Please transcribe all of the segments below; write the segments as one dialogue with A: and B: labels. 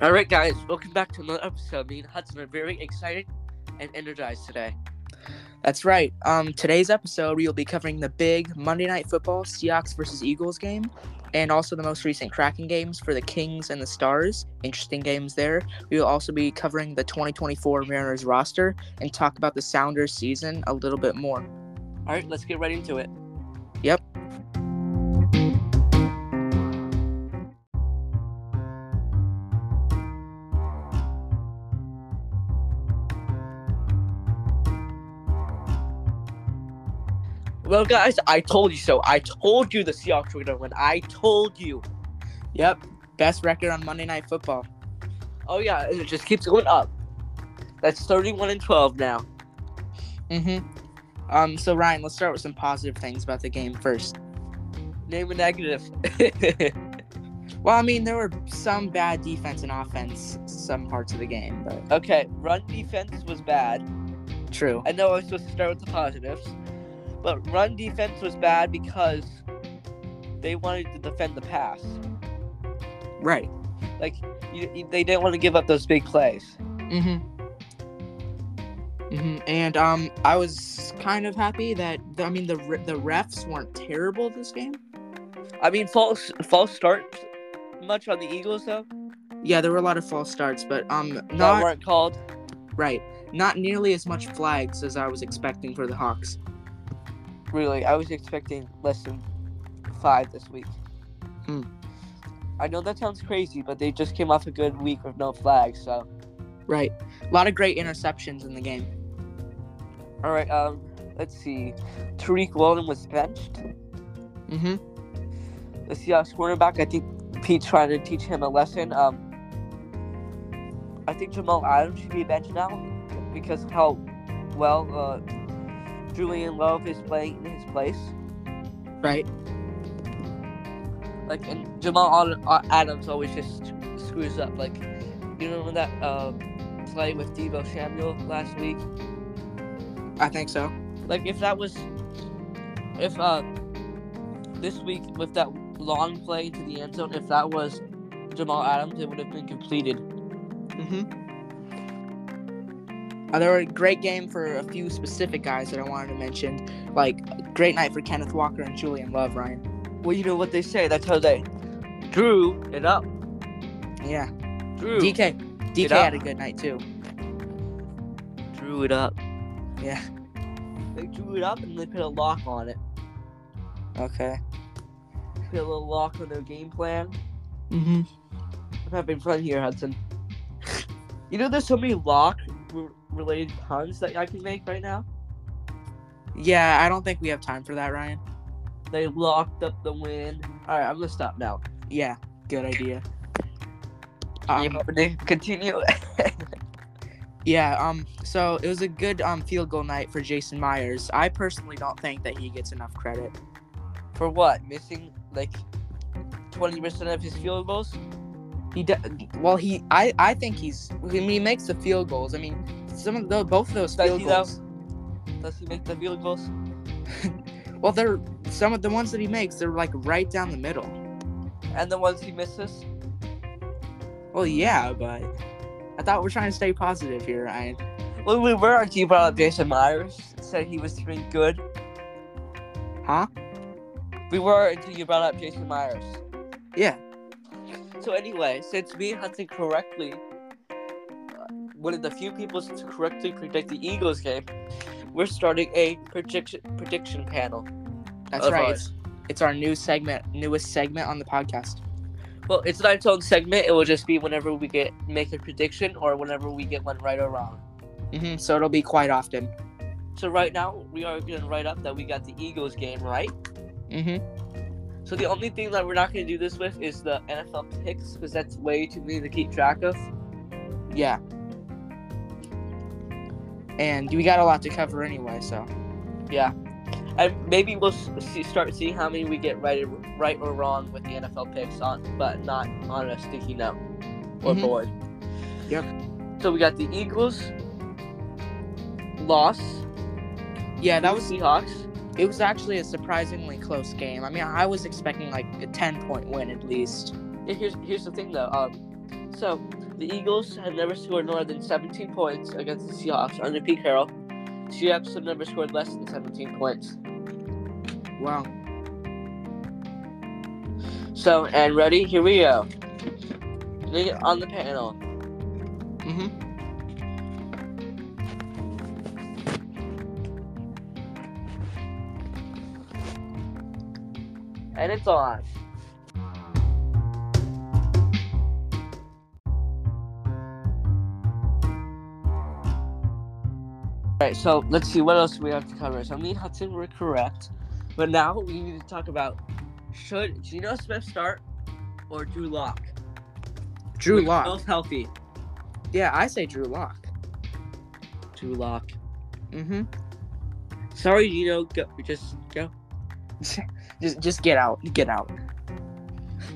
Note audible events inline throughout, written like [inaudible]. A: All right, guys, welcome back to another episode. Me and Hudson are very excited and energized today.
B: That's right. Um, today's episode, we will be covering the big Monday Night Football Seahawks versus Eagles game, and also the most recent cracking games for the Kings and the Stars. Interesting games there. We will also be covering the 2024 Mariners roster and talk about the Sounders season a little bit more.
A: All right, let's get right into it.
B: Yep.
A: Well, guys, I told you so. I told you the Seahawks were gonna win. I told you.
B: Yep. Best record on Monday Night Football.
A: Oh yeah, and it just keeps going up. That's thirty-one and twelve now.
B: Mm-hmm. Um, so Ryan, let's start with some positive things about the game first.
A: Name a negative. [laughs]
B: Well, I mean, there were some bad defense and offense some parts of the game, but
A: okay, run defense was bad.
B: true.
A: I know I was supposed to start with the positives, but run defense was bad because they wanted to defend the pass.
B: Right.
A: Like you, you- they didn't want to give up those big plays.
B: Mm-hmm. Mm-hmm. And um, I was kind of happy that I mean the re- the refs weren't terrible this game.
A: I mean, false false start much on the Eagles though.
B: Yeah, there were a lot of false starts, but um,
A: that
B: not
A: weren't called.
B: right, not nearly as much flags as I was expecting for the Hawks.
A: Really, I was expecting less than five this week.
B: Hmm.
A: I know that sounds crazy, but they just came off a good week with no flags. So,
B: Right, a lot of great interceptions in the game.
A: all right, um, let's see. Tariq Walden was benched.
B: Mm-hmm.
A: The Seahawks quarterback. I think Pete's trying to teach him a lesson. Um, I think Jamal Adams should be benched now because of how well uh, Julian Love is playing in his place.
B: Right.
A: like and Jamal Ad- Ad- Adams always just screws up. Like you remember that uh, play with Debo Samuel last week?
B: I think so.
A: Like if that was if uh this week with that long play to the end zone, if that was Jamal Adams, it would have been completed.
B: Mm-hmm. Uh, there were a great game for a few specific guys that I wanted to mention, like great night for Kenneth Walker and Julian Love, Ryan.
A: Well, you know what they say. That's how they drew it up.
B: Yeah.
A: Drew
B: DK. DK
A: up.
B: had a good night too.
A: drew it up.
B: Yeah.
A: They drew it up and they put a lock on it.
B: Okay.
A: Put a little lock on their game plan.
B: Mm-hmm.
A: I'm having fun here, Hudson. [laughs] You know, there's so many lock re- related puns that I can make right now.
B: Yeah, I don't think we have time for that, Ryan.
A: They locked up the win. All right, I'm gonna stop now.
B: Yeah, good idea. Um,
A: Continue. [laughs]
B: yeah. Um. So it was a good um field goal night for Jason Myers. I personally don't think that he gets enough credit.
A: For what? Missing like 20% of his field goals?
B: He de- well, he I I think he's I mean, he makes the field goals. I mean, some of the both of those
A: Does
B: field
A: he though?
B: goals.
A: Does he make the field goals?
B: Well, they're some of the ones that he makes. They're like right down the middle.
A: And the ones he misses?
B: Well, yeah, but I thought we're trying to stay positive here, Ryan.
A: Well, we were actually brought up Jason Myers. Said he was doing good.
B: Huh?
A: We were until you brought up Jason Myers.
B: Yeah.
A: So anyway, since me and Hudson correctly, uh, one of the few people to correctly predict the Eagles game, we're starting a prediction prediction panel.
B: That's
A: of
B: right.
A: ours.
B: It's, it's our new segment, newest segment on the podcast.
A: Well, it's not its own segment. It will just be whenever we get make a prediction or whenever we get one right or wrong.
B: hmm So it'll be quite often.
A: So right now we are gonna write up that we got the Eagles game right.
B: hmm
A: So the only thing that we're not gonna do this with is the NFL picks because that's way too many to keep track of.
B: Yeah. And we got a lot to cover anyway, so
A: Yeah, and maybe we'll s- see, start seeing how many we get right, or- right or wrong with the NFL picks on, but not on a sticky note or
B: Mhm.
A: board.
B: Yep.
A: So we got the Eagles loss.
B: yeah, that was
A: Seahawks.
B: it. Was actually a surprisingly close game. I mean, I was expecting like a ten point win at least.
A: Yeah, here's here's the thing though. Um, so The Eagles have never scored more than 17 points against the Seahawks under Pete Carroll. Seahawks have never scored less than 17 points.
B: Wow.
A: So, and ready? Here we go. Look at- On the panel.
B: Mm-hmm.
A: and it's on. Alright, so let's see what else we have to cover. So me and Hudson were correct, but now we need to talk about should Geno Smith start or Drew Lock?
B: Drew Lock.
A: Both healthy.
B: Yeah, I say Drew Lock.
A: Drew Lock.
B: Mm-hmm.
A: Sorry, Geno. Go, just go.
B: Just just get out. Get out.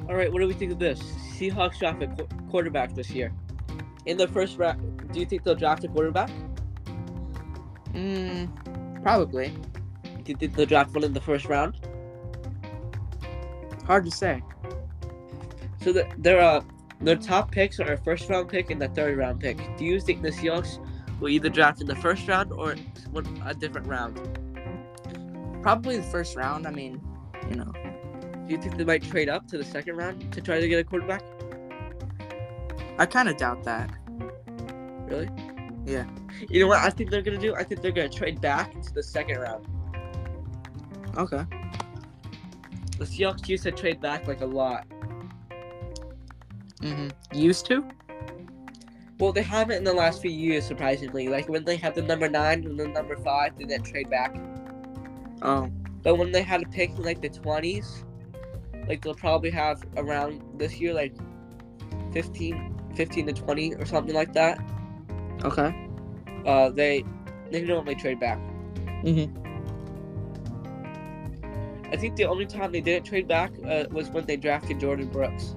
A: All right, what do we think of this? Seahawks draft a qu- quarterback this year. In the first round, do you think they'll draft a quarterback?
B: Mm, probably.
A: Do you think they'll draft one in the first round?
B: Hard to say.
A: So the, their uh, their top picks are a first round pick and a third round pick. Do you think the Seahawks will either draft in the first round or one, a different round?
B: Probably the first round. I mean, you know.
A: Do you think they might trade up to the second round to try to get a quarterback?
B: I kind of doubt that.
A: Really?
B: Yeah.
A: You know what I think they're gonna do? I think they're gonna trade back to the second round.
B: Okay.
A: The Seahawks used to trade back like a lot.
B: Mm-hmm. Used to?
A: Well, they haven't in the last few years, surprisingly. Like when they had the number nine and the number five, they didn't trade back.
B: Oh.
A: But when they had a pick in like the twenties, like they'll probably have around this year like 15, 15 to twenty or something like that.
B: Okay.
A: Uh, they they normally trade back.
B: Mm-hmm.
A: I think the only time they didn't trade back uh, was when they drafted Jordan Brooks.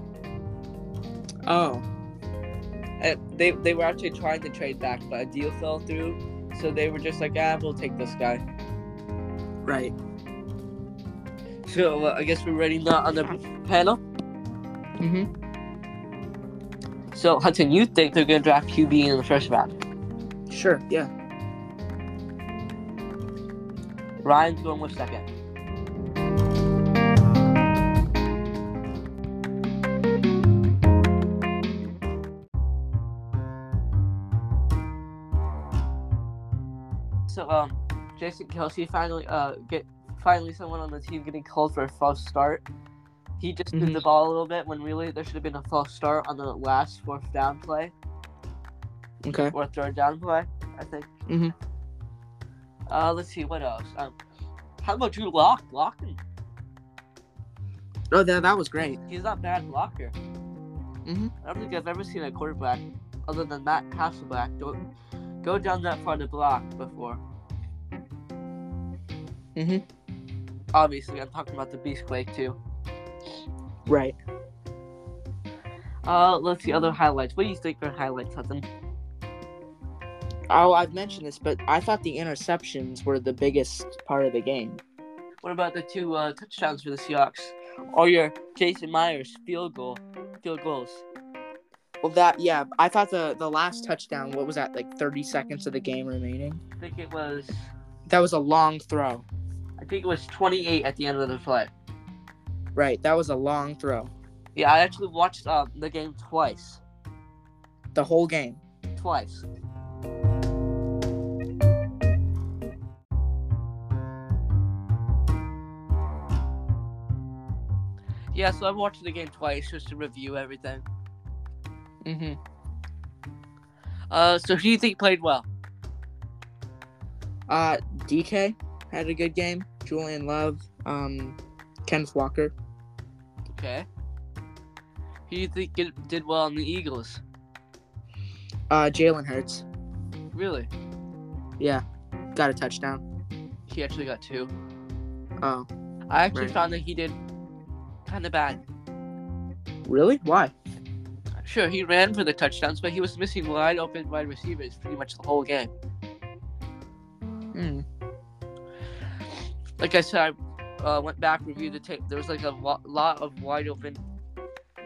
B: Oh.
A: Uh, they they were actually trying to trade back, but a deal fell through, so they were just like, ah, we'll take this guy.
B: Right.
A: So uh, I guess we're ready now on the panel.
B: Mm-hmm.
A: So Hudson, you think they're gonna draft QB in the first round?
B: Sure. Yeah.
A: Ryan's going with second. So um, Jason Kelsey finally uh get finally someone on the team getting called for a false start. He just threw the ball a little bit when really there should have been a false start on the last fourth down play
B: Okay.
A: or third down play, I think.
B: Mhm.
A: Uh, let's see what else. Um, how about Drew Lock? Lock,
B: Oh, that that was great.
A: he's not a bad blocker.
B: Mhm.
A: I don't think I've ever seen a quarterback other than Matt Hasselback go go down that far to block before.
B: Mhm.
A: Obviously, I'm talking about the Beast Quake too.
B: Right.
A: Uh, let's see other highlights. What do you think for highlights, Hudson?
B: Oh, I've mentioned this, but I thought the interceptions were the biggest part of the game.
A: What about the two uh, touchdowns for the Seahawks? Or your Jason Myers field goal, field goals?
B: Well, that yeah, I thought the the last touchdown. What was that? Like thirty seconds of the game remaining.
A: I think it was
B: That was a long throw.
A: I think it was 28 at the end of the play.
B: Right. That was a long throw.
A: Yeah, I actually watched uh, the game twice.
B: The whole game.
A: Twice. Yeah, so I've watched the game twice just to review everything.
B: Mm-hmm.
A: Uh, so who do you think played well?
B: Uh, DK had a good game. Julian Love, um, Kenneth Walker.
A: Okay. Who do you think did did well on the Eagles?
B: Uh, Jalen Hurts.
A: Really?
B: Yeah, got a touchdown.
A: He actually got two.
B: Oh,
A: I actually
B: Right.
A: found that he did kind of bad.
B: really? Why?
A: Sure, he ran for the touchdowns, but he was missing wide open wide receivers pretty much the whole game.
B: Mm.
A: Like I said, I uh, went back reviewed the tape. There was like a lo- lot of wide open,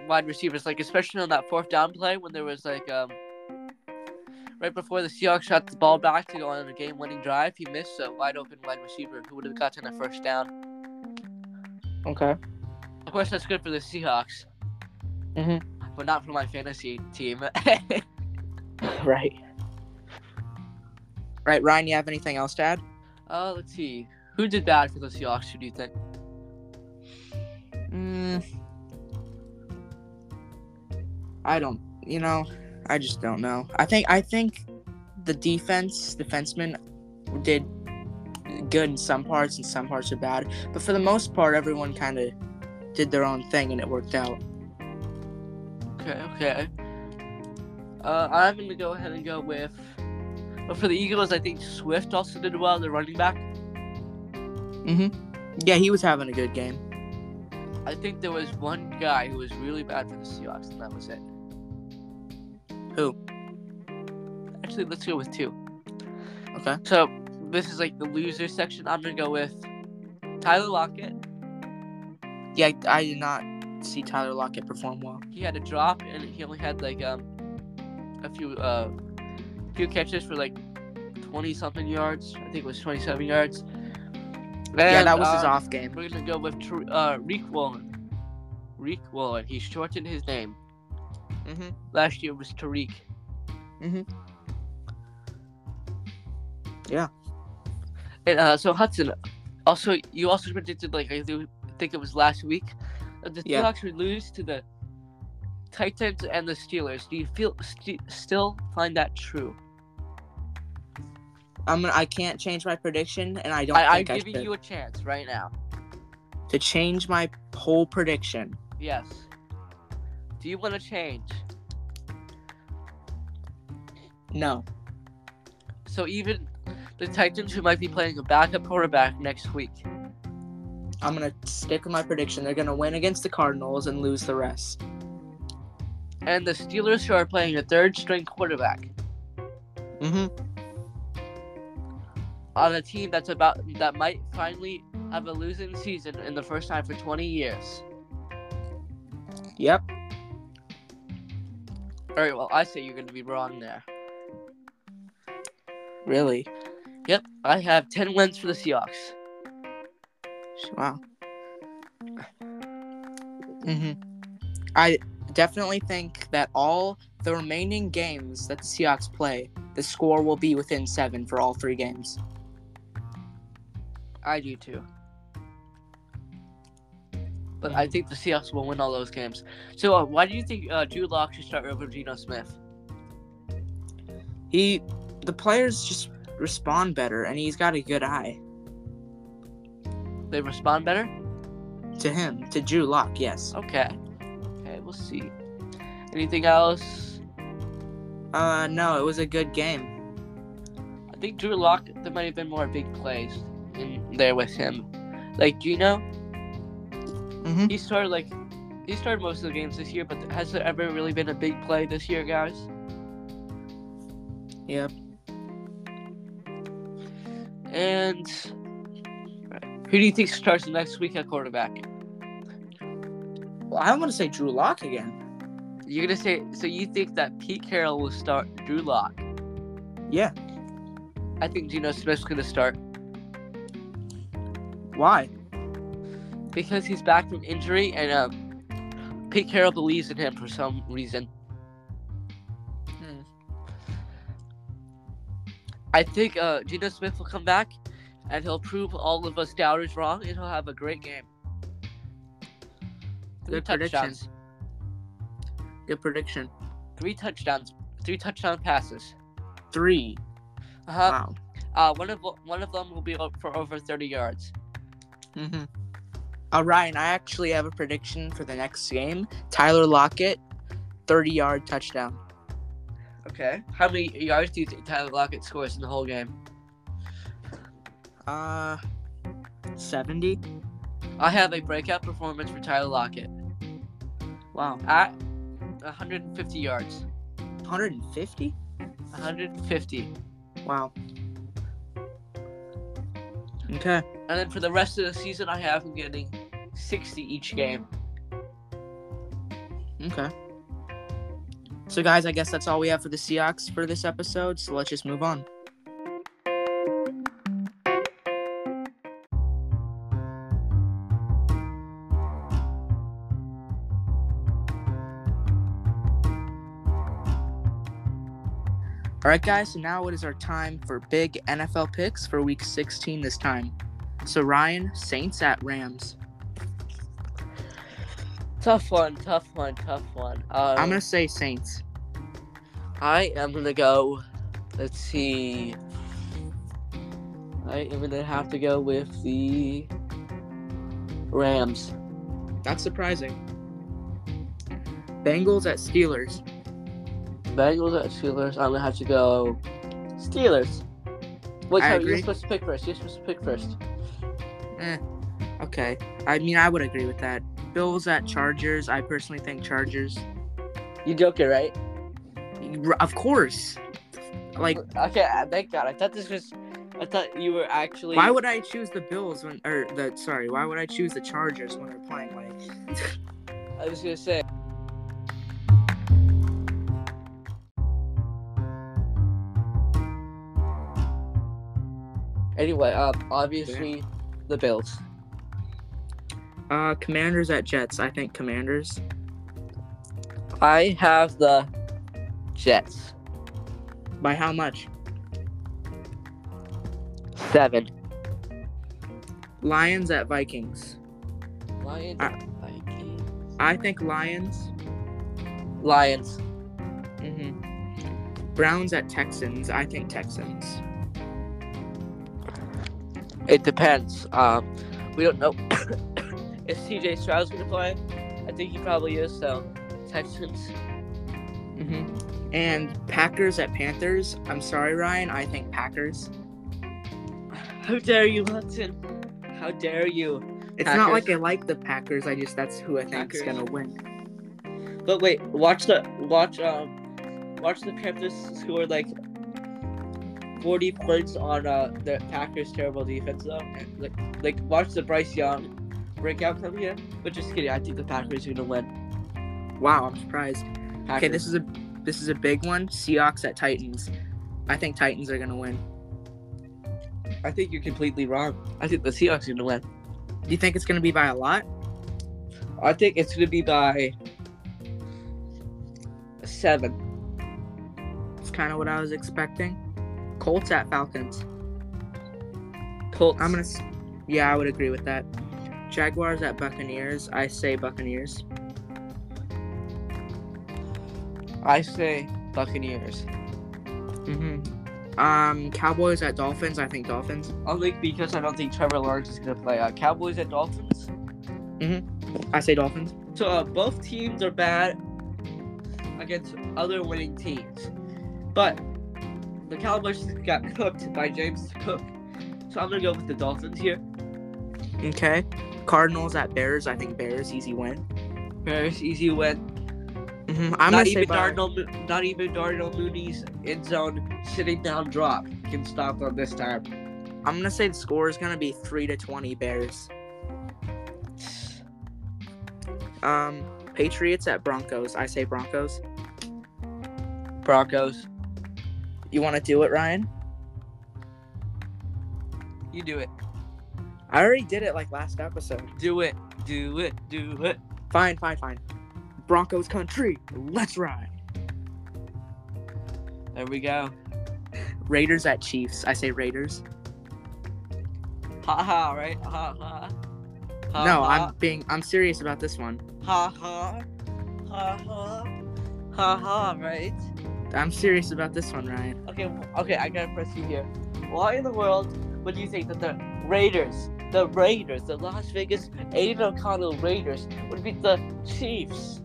A: wide receivers, like especially on that fourth down play when there was like um, right before the Seahawks shot the ball back to go on a game-winning drive, he missed a wide open wide receiver who would have gotten a first down.
B: Okay.
A: Of course, that's good for the Seahawks,
B: Mhm.
A: but not for my fantasy team. [laughs]
B: Right. Right, Ryan, you have anything else to add?
A: uh, let's see, who did bad for the Seahawks? Who do you think?
B: Mm, I don't. You know, I just don't know. I think I think the defense defensemen did good in some parts, and some parts are bad. But for the most part, everyone kind of did their own thing, and it worked out.
A: Okay, okay. Uh, I'm gonna go ahead and go with. But for the Eagles, I think Swift also did well. The running back.
B: Yeah, he was having a good game.
A: I think there was one guy who was really bad for the Seahawks, and that was it.
B: Who?
A: Actually, let's go with two.
B: Okay.
A: So this is like the loser section. I'm gonna go with Tyler Lockett.
B: Yeah, I, I did not see Tyler Lockett perform well.
A: He had a drop, and he only had like um a few uh few catches for like twenty something yards. I think it was twenty seven yards.
B: yeah,
A: And,
B: that was his
A: uh,
B: off game.
A: We're gonna go with Tr- uh Reek Wallen. Reek Wallen. He shortened his name.
B: Mm-hmm.
A: Last year was Tariq. And uh, so Hudson, also you also predicted like I do- think it was last week that the
B: Yeah.
A: Seahawks would lose to the Titans and the Steelers. Do you feel st- still find that true?
B: I'm gonna, I can't change my prediction, and I don't
A: I, I'm
B: think I
A: giving
B: should.
A: you a chance right now.
B: to change my whole prediction.
A: Yes. Do you want to change?
B: No.
A: So even the Titans, who might be playing a backup quarterback next week,
B: I'm gonna stick with my prediction. They're gonna win against the Cardinals and lose the rest.
A: and the Steelers, who are playing a third-string quarterback
B: Mm-hmm.
A: on a team that's about that might finally have a losing season in the first time for 20 years.
B: Yep.
A: All right. Well, I say you're going to be wrong there.
B: Really?
A: Yep. I have 10 wins for the Seahawks.
B: Wow. Mm-hmm. I definitely think that all the remaining games that the Seahawks play, the score will be within seven for all three games.
A: I do too. But I think the Seahawks will win all those games. So, uh, why do you think uh, Drew Lock should start over Geno Smith?
B: He, the players just respond better, and he's got a good eye
A: They respond better.
B: to him, to Drew Lock. Yes.
A: Okay. Okay. We'll see. Anything else?
B: Uh, no, it was a good game.
A: I think Drew Lock. There might have been more big plays in there with him. Like Geno,
B: Mm-hmm.
A: he started like he started most of the games this year. But has there ever really been a big play this year, guys?
B: Yep.
A: And who do you think starts next week at quarterback?
B: Well, I want to say Drew Lock again.
A: You're gonna say so you think that Pete Carroll will start Drew Lock?
B: Yeah.
A: I think Geno Smith's gonna start
B: Why?
A: because he's back from injury and um, Pete Carroll believes in him for some reason.
B: Hmm.
A: I think uh, Geno Smith will come back and he'll prove all of us doubters wrong and he'll have a great game. Three
B: Good prediction.
A: touchdowns.
B: Good prediction.
A: Three touchdowns. Three touchdown passes.
B: Three.
A: Uh-huh.
B: Wow.
A: Uh, one of one of them will be o- for over 30 yards.
B: Mm-hmm. Uh, Ryan, I actually have a prediction for the next game. Tyler Lockett, 30 yard touchdown.
A: Okay. How many yards do you think Tyler Lockett scores in the whole game?
B: Uh, 70?
A: I have a breakout performance for Tyler Lockett
B: Wow.
A: at 150 yards.
B: 150?
A: 150.
B: Wow. Okay.
A: And then for the rest of the season, I have him getting 60 each game.
B: Okay. So, guys, I guess that's all we have for the Seahawks for this episode. So let's just move on. All right, guys, so now it is our time for big NFL picks for week 16 this time. So, Ryan, Saints at Rams.
A: Tough one, tough one, tough one. Um,
B: I'm going to say Saints.
A: I am gonna go. Let's see. I am gonna have to go with the Rams.
B: That's surprising. Bengals at Steelers.
A: Bengals at Steelers. I'm gonna have to go Steelers. Wait,
B: I
A: sorry, you're
B: agree.
A: supposed to pick first. You're supposed to pick first.
B: Okay. I mean, I would agree with that. Bills at Chargers. I personally think Chargers.
A: You joking, right?
B: R- Of course. Like,
A: okay, uh, thank God. I thought this was. I thought you were actually.
B: why would I choose the Bills when, or the, sorry, why would I choose the Chargers when they're playing like
A: I was gonna say. Anyway, um, obviously, the Bills.
B: Uh, Commanders at Jets. I think Commanders.
A: I have the Jets.
B: By how much?
A: Seven.
B: Lions at Vikings.
A: Lions.
B: I-
A: Vikings.
B: I think Lions.
A: Lions.
B: Mm-hmm. Browns at Texans. I think Texans.
A: It depends. Um, we don't know [coughs] if CJ Stroud's gonna play. I think he probably is. So, Texans.
B: Mm-hmm. And Packers at Panthers. I'm sorry, Ryan. I think Packers.
A: How dare you, Hudson? How dare you?
B: It's not like I
A: Packers.
B: like the Packers. I just that's who I think is
A: Packers.
B: gonna win.
A: But wait, watch the watch um watch the Panthers score like forty points on uh the Packers terrible defense though. And, Like like watch the Bryce Young breakout come here. But just kidding, I think the Packers are gonna win.
B: Wow, I'm surprised.
A: Packers.
B: Okay, this is a this is a big one. Seahawks at Titans. I think Titans are gonna win.
A: I think you're completely wrong. I think the Seahawks are gonna win.
B: Do you think it's gonna be by a lot?
A: I think it's gonna be by seven.
B: It's kind of what I was expecting. Colts at Falcons.
A: Colts.
B: I'm gonna. s- Yeah, I would agree with that. Jaguars at Buccaneers. I say Buccaneers.
A: I say Buccaneers.
B: Mm-hmm. Um, Cowboys at Dolphins. I think Dolphins.
A: Only because I don't think Trevor Lawrence is gonna play. Uh, Cowboys at Dolphins.
B: I say Dolphins.
A: So uh, both teams are bad against other winning teams, but the Cowboys got cooked by James Cook. So I'm gonna go with the Dolphins here.
B: Okay. Cardinals at Bears. I think Bears. Easy win.
A: Bears easy win.
B: Mm-hmm.
A: not
B: I'm gonna say
A: even
B: by,
A: Darnell, not even Darnell Mooney's end zone sitting down drop can stop them this time.
B: I'm gonna say the score is gonna be three to twenty Bears. Um, Patriots at Broncos. I say Broncos.
A: Broncos,
B: You want to do it, Ryan?
A: you do it,
B: I already did it like last episode.
A: do it, do it, do it.
B: Fine, fine, fine. Broncos country. Let's ride.
A: There we go.
B: Raiders at Chiefs. I say Raiders.
A: Ha ha, right? Ha ha. ha
B: no,
A: ha.
B: I'm being I'm serious about this one.
A: Ha ha. Ha ha. Ha ha, right?
B: I'm serious about this one, Ryan.
A: Okay, w- okay, I gotta press you here. Why in the world would you think that the Raiders, the Raiders, the Las Vegas Aiden O'Connell Raiders would beat the Chiefs?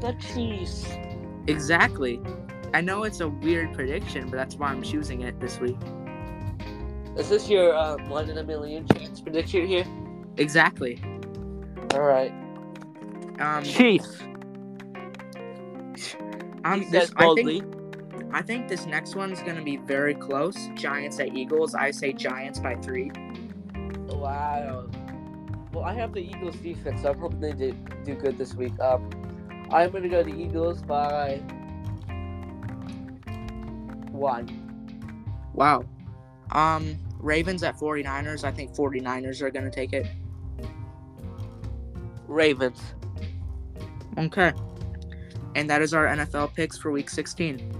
A: The Chiefs.
B: Exactly. I know it's a weird prediction, but that's why I'm choosing it this week.
A: Is this your uh, one in a million chance prediction here?
B: Exactly.
A: Alright.
B: Um
A: Chiefs.
B: I'm
A: he
B: this,
A: says
B: I
A: boldly.
B: think I think this next one's going to be very close. Giants at Eagles. I say Giants by 3.
A: Wow. Well, I have the Eagles defense. so I'm hoping they do, do good this week. Um, I'm gonna go the Eagles by one.
B: Wow. Um, Ravens at 49ers. I think 49ers are going to take it.
A: Ravens.
B: Okay. And that is our NFL picks for week 16.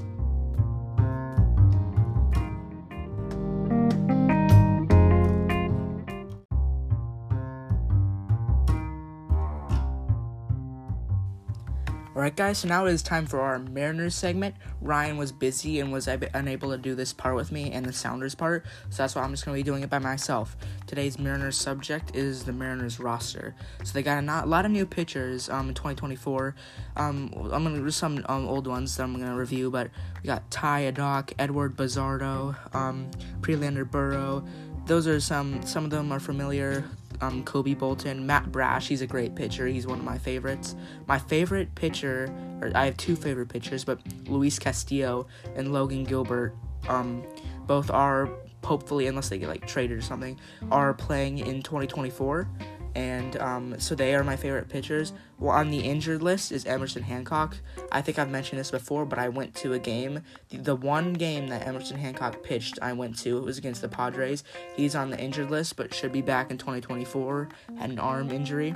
B: Alright, guys, so now it is time for our Mariners segment. Ryan was busy and was ab- unable to do this part with me and the Sounders part, so that's why I'm just going to be doing it by myself. Today's Mariners subject is the Mariners roster. So they got a not- lot of new pitchers um, in 2024. Um, I'm going to do some um, old ones that I'm going to review, but we got Ty Adock, Edward Bizardo, um, Prelander Burrow. Those are some, some of them are familiar um, Kobe Bolton, Matt Brash. He's a great pitcher. He's one of my favorites. My favorite pitcher, or I have two favorite pitchers, but Luis Castillo and Logan Gilbert. Um, both are hopefully, unless they get like traded or something, are playing in 2024. And um, so they are my favorite pitchers. Well, on the injured list is Emerson Hancock. I think I've mentioned this before, but I went to a game, the, the one game that Emerson Hancock pitched, I went to. It was against the Padres. He's on the injured list, but should be back in 2024. Had an arm injury.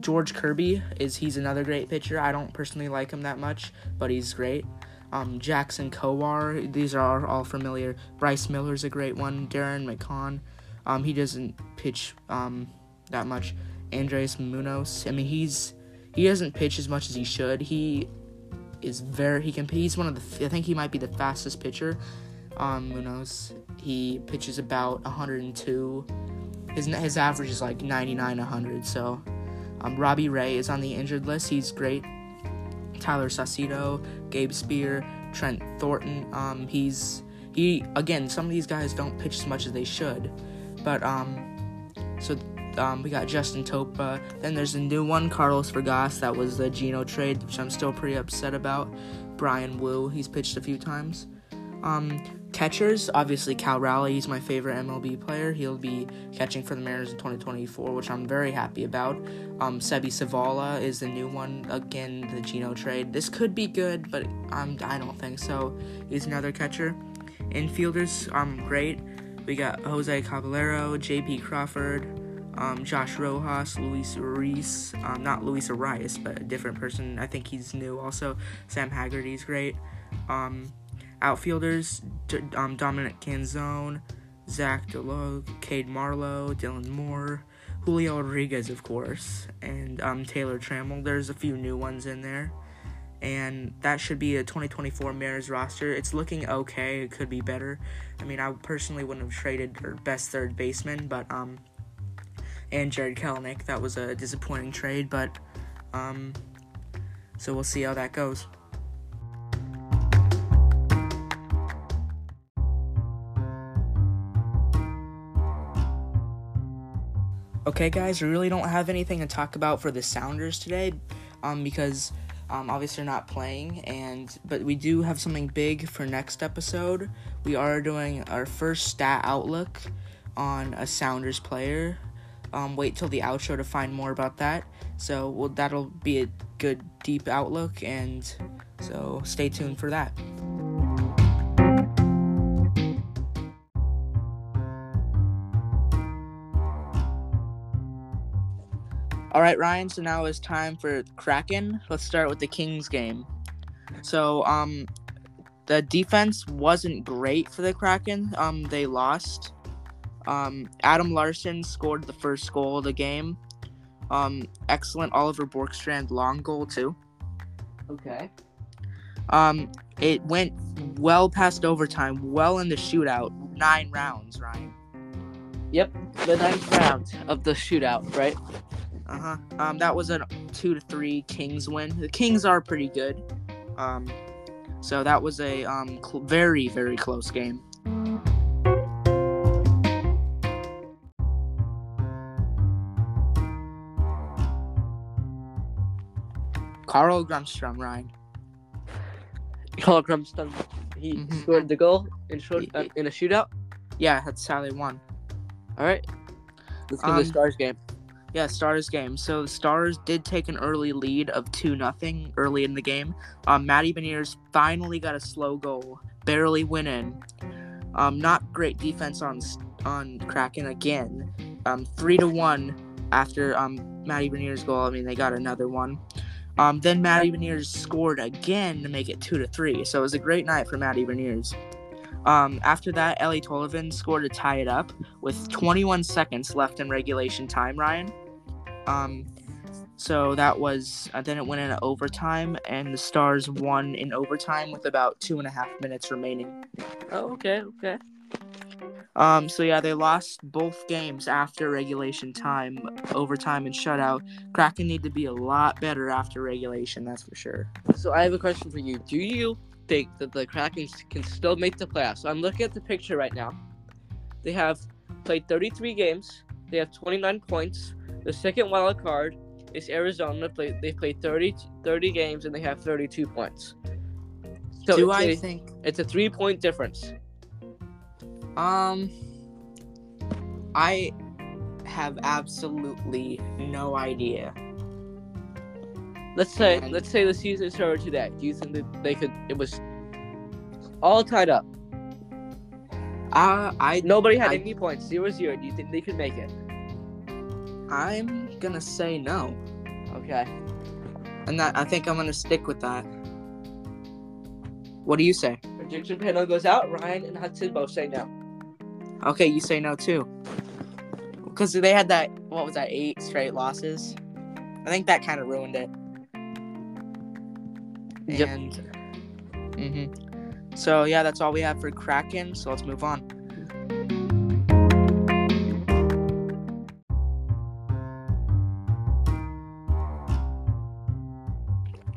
B: George Kirby is he's another great pitcher. I don't personally like him that much, but he's great. Um, Jackson Kowar, these are all familiar. Bryce Miller's a great one. Darren McCon, um, he doesn't pitch um, that much. Andres Munoz, I mean he's he doesn't pitch as much as he should. He is very he can he's one of the I think he might be the fastest pitcher. Um, Munoz he pitches about 102. His his average is like 99 100. So um, Robbie Ray is on the injured list. He's great. Tyler Sacido, Gabe Spear, Trent Thornton. Um, he's he again. Some of these guys don't pitch as much as they should, but um, so um, we got Justin Topa. Then there's a new one, Carlos Vergas. That was the Geno trade, which I'm still pretty upset about. Brian Wu, he's pitched a few times. Um, catchers, obviously Cal Raleigh, he's my favorite MLB player. He'll be catching for the Mariners in 2024, which I'm very happy about. Um, Sebi Savala is the new one. Again, the Geno trade. This could be good, but I'm, I don't think so. He's another catcher. Infielders, um, great. We got Jose Caballero, J.P. Crawford, um, Josh Rojas, Luis Reese, um, not Luis Arias, but a different person. I think he's new also. Sam Haggerty's great. Um, outfielders D- um, Dominic Canzone, Zach DeLogue, Cade Marlowe, Dylan Moore, Julio Rodriguez, of course, and um, Taylor Trammell. There's a few new ones in there. And that should be a 2024 Mariners roster. It's looking okay. It could be better. I mean, I personally wouldn't have traded their best third baseman, but um, and Jared Kelenic. That was a disappointing trade, but um, so we'll see how that goes. Okay, guys, we really don't have anything to talk about for the Sounders today, um, because um, obviously they're not playing, and but we do have something big for next episode. We are doing our first stat outlook on a Sounders player um, wait till the outro to find more about that. So well, that'll be a good deep outlook, and so stay tuned for that. All right, Ryan. So now it's time for Kraken. Let's start with the Kings game. So um, the defense wasn't great for the Kraken. Um, they lost. Um, Adam Larson scored the first goal of the game. Um, excellent Oliver Borkstrand long goal too.
A: Okay.
B: Um, it went well past overtime, well in the shootout, nine rounds, Ryan.
A: Yep. The ninth round of the shootout, right?
B: Uh huh. Um, that was a two to three Kings win. The Kings are pretty good. Um, so that was a um cl- very very close game. Carl Grunstrom, Ryan.
A: Carl Grumston. He
B: Mhm.
A: scored the goal in short
B: Y-
A: uh, in a shootout.
B: Yeah, that's how they won.
A: All right. Let's go to
B: Um,
A: the Stars game.
B: Yeah, Stars game. So the Stars did take an early lead of two nothing early in the game. Um, Matty Beniers finally got a slow goal, barely winning. Um, not great defense on on Kraken again. Um, three to one after um Matty Beniers' goal. I mean, they got another one. Um, then Matty Beniers scored again to make it two to three. So it was a great night for Matty Beniers. Um, after that, Ellie Tollivan scored to tie it up with 21 seconds left in regulation time. Ryan. Um, so that was uh, then it went into overtime, and the Stars won in overtime with about two and a half minutes remaining.
A: Oh, okay, okay.
B: Um, so yeah, they lost both games after regulation time, overtime, and shutout. Kraken need to be a lot better after regulation, that's for sure.
A: So I have a question for you. Do you think that the Kraken can still make the playoffs? So I'm looking at the picture right now. They have played 33 games. They have 29 points. The second wild card is Arizona. Play, they played 30, 30 games and they have 32 points. So
B: Do
A: it's,
B: I
A: a-
B: think?
A: it's a three point difference.
B: Um, I have absolutely no idea.
A: Let's say
B: And-
A: let's say the season started today. Do you think that they could? It was all tied up.
B: Uh, I
A: Nobody had
B: I-
A: any points. Zero zero. Do you think they could make it?
B: I'm gonna say no,
A: Okay.
B: and that I think I'm gonna stick with that. What do you say?
A: Prediction panel goes out. Ryan and Hudson both say no.
B: Okay, you say no too. Because they had that, what was that, eight straight losses? I think that kind of ruined it.
A: Yep.
B: And, hmm So, yeah, that's all we have for Kraken. So let's move on.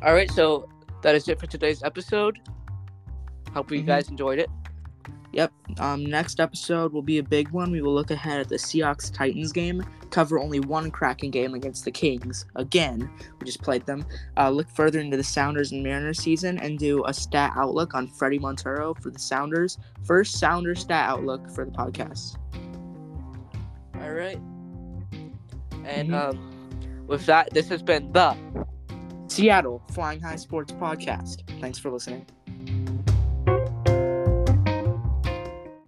A: All right. So that is it for today's episode. Hope you
B: Mhm.
A: guys enjoyed it.
B: Um, next episode will be a big one. We will look ahead at the Seahawks Titans game, cover only one Kraken game against the Kings. Again, we just played them. Uh, look further into the Sounders and Mariners season and do a stat outlook on Freddie Montero for the Sounders. First Sounder stat outlook for the podcast.
A: All right. And
B: Mhm.
A: um, with that, this has been the.
B: Seattle Flying High Sports Podcast. Thanks for listening.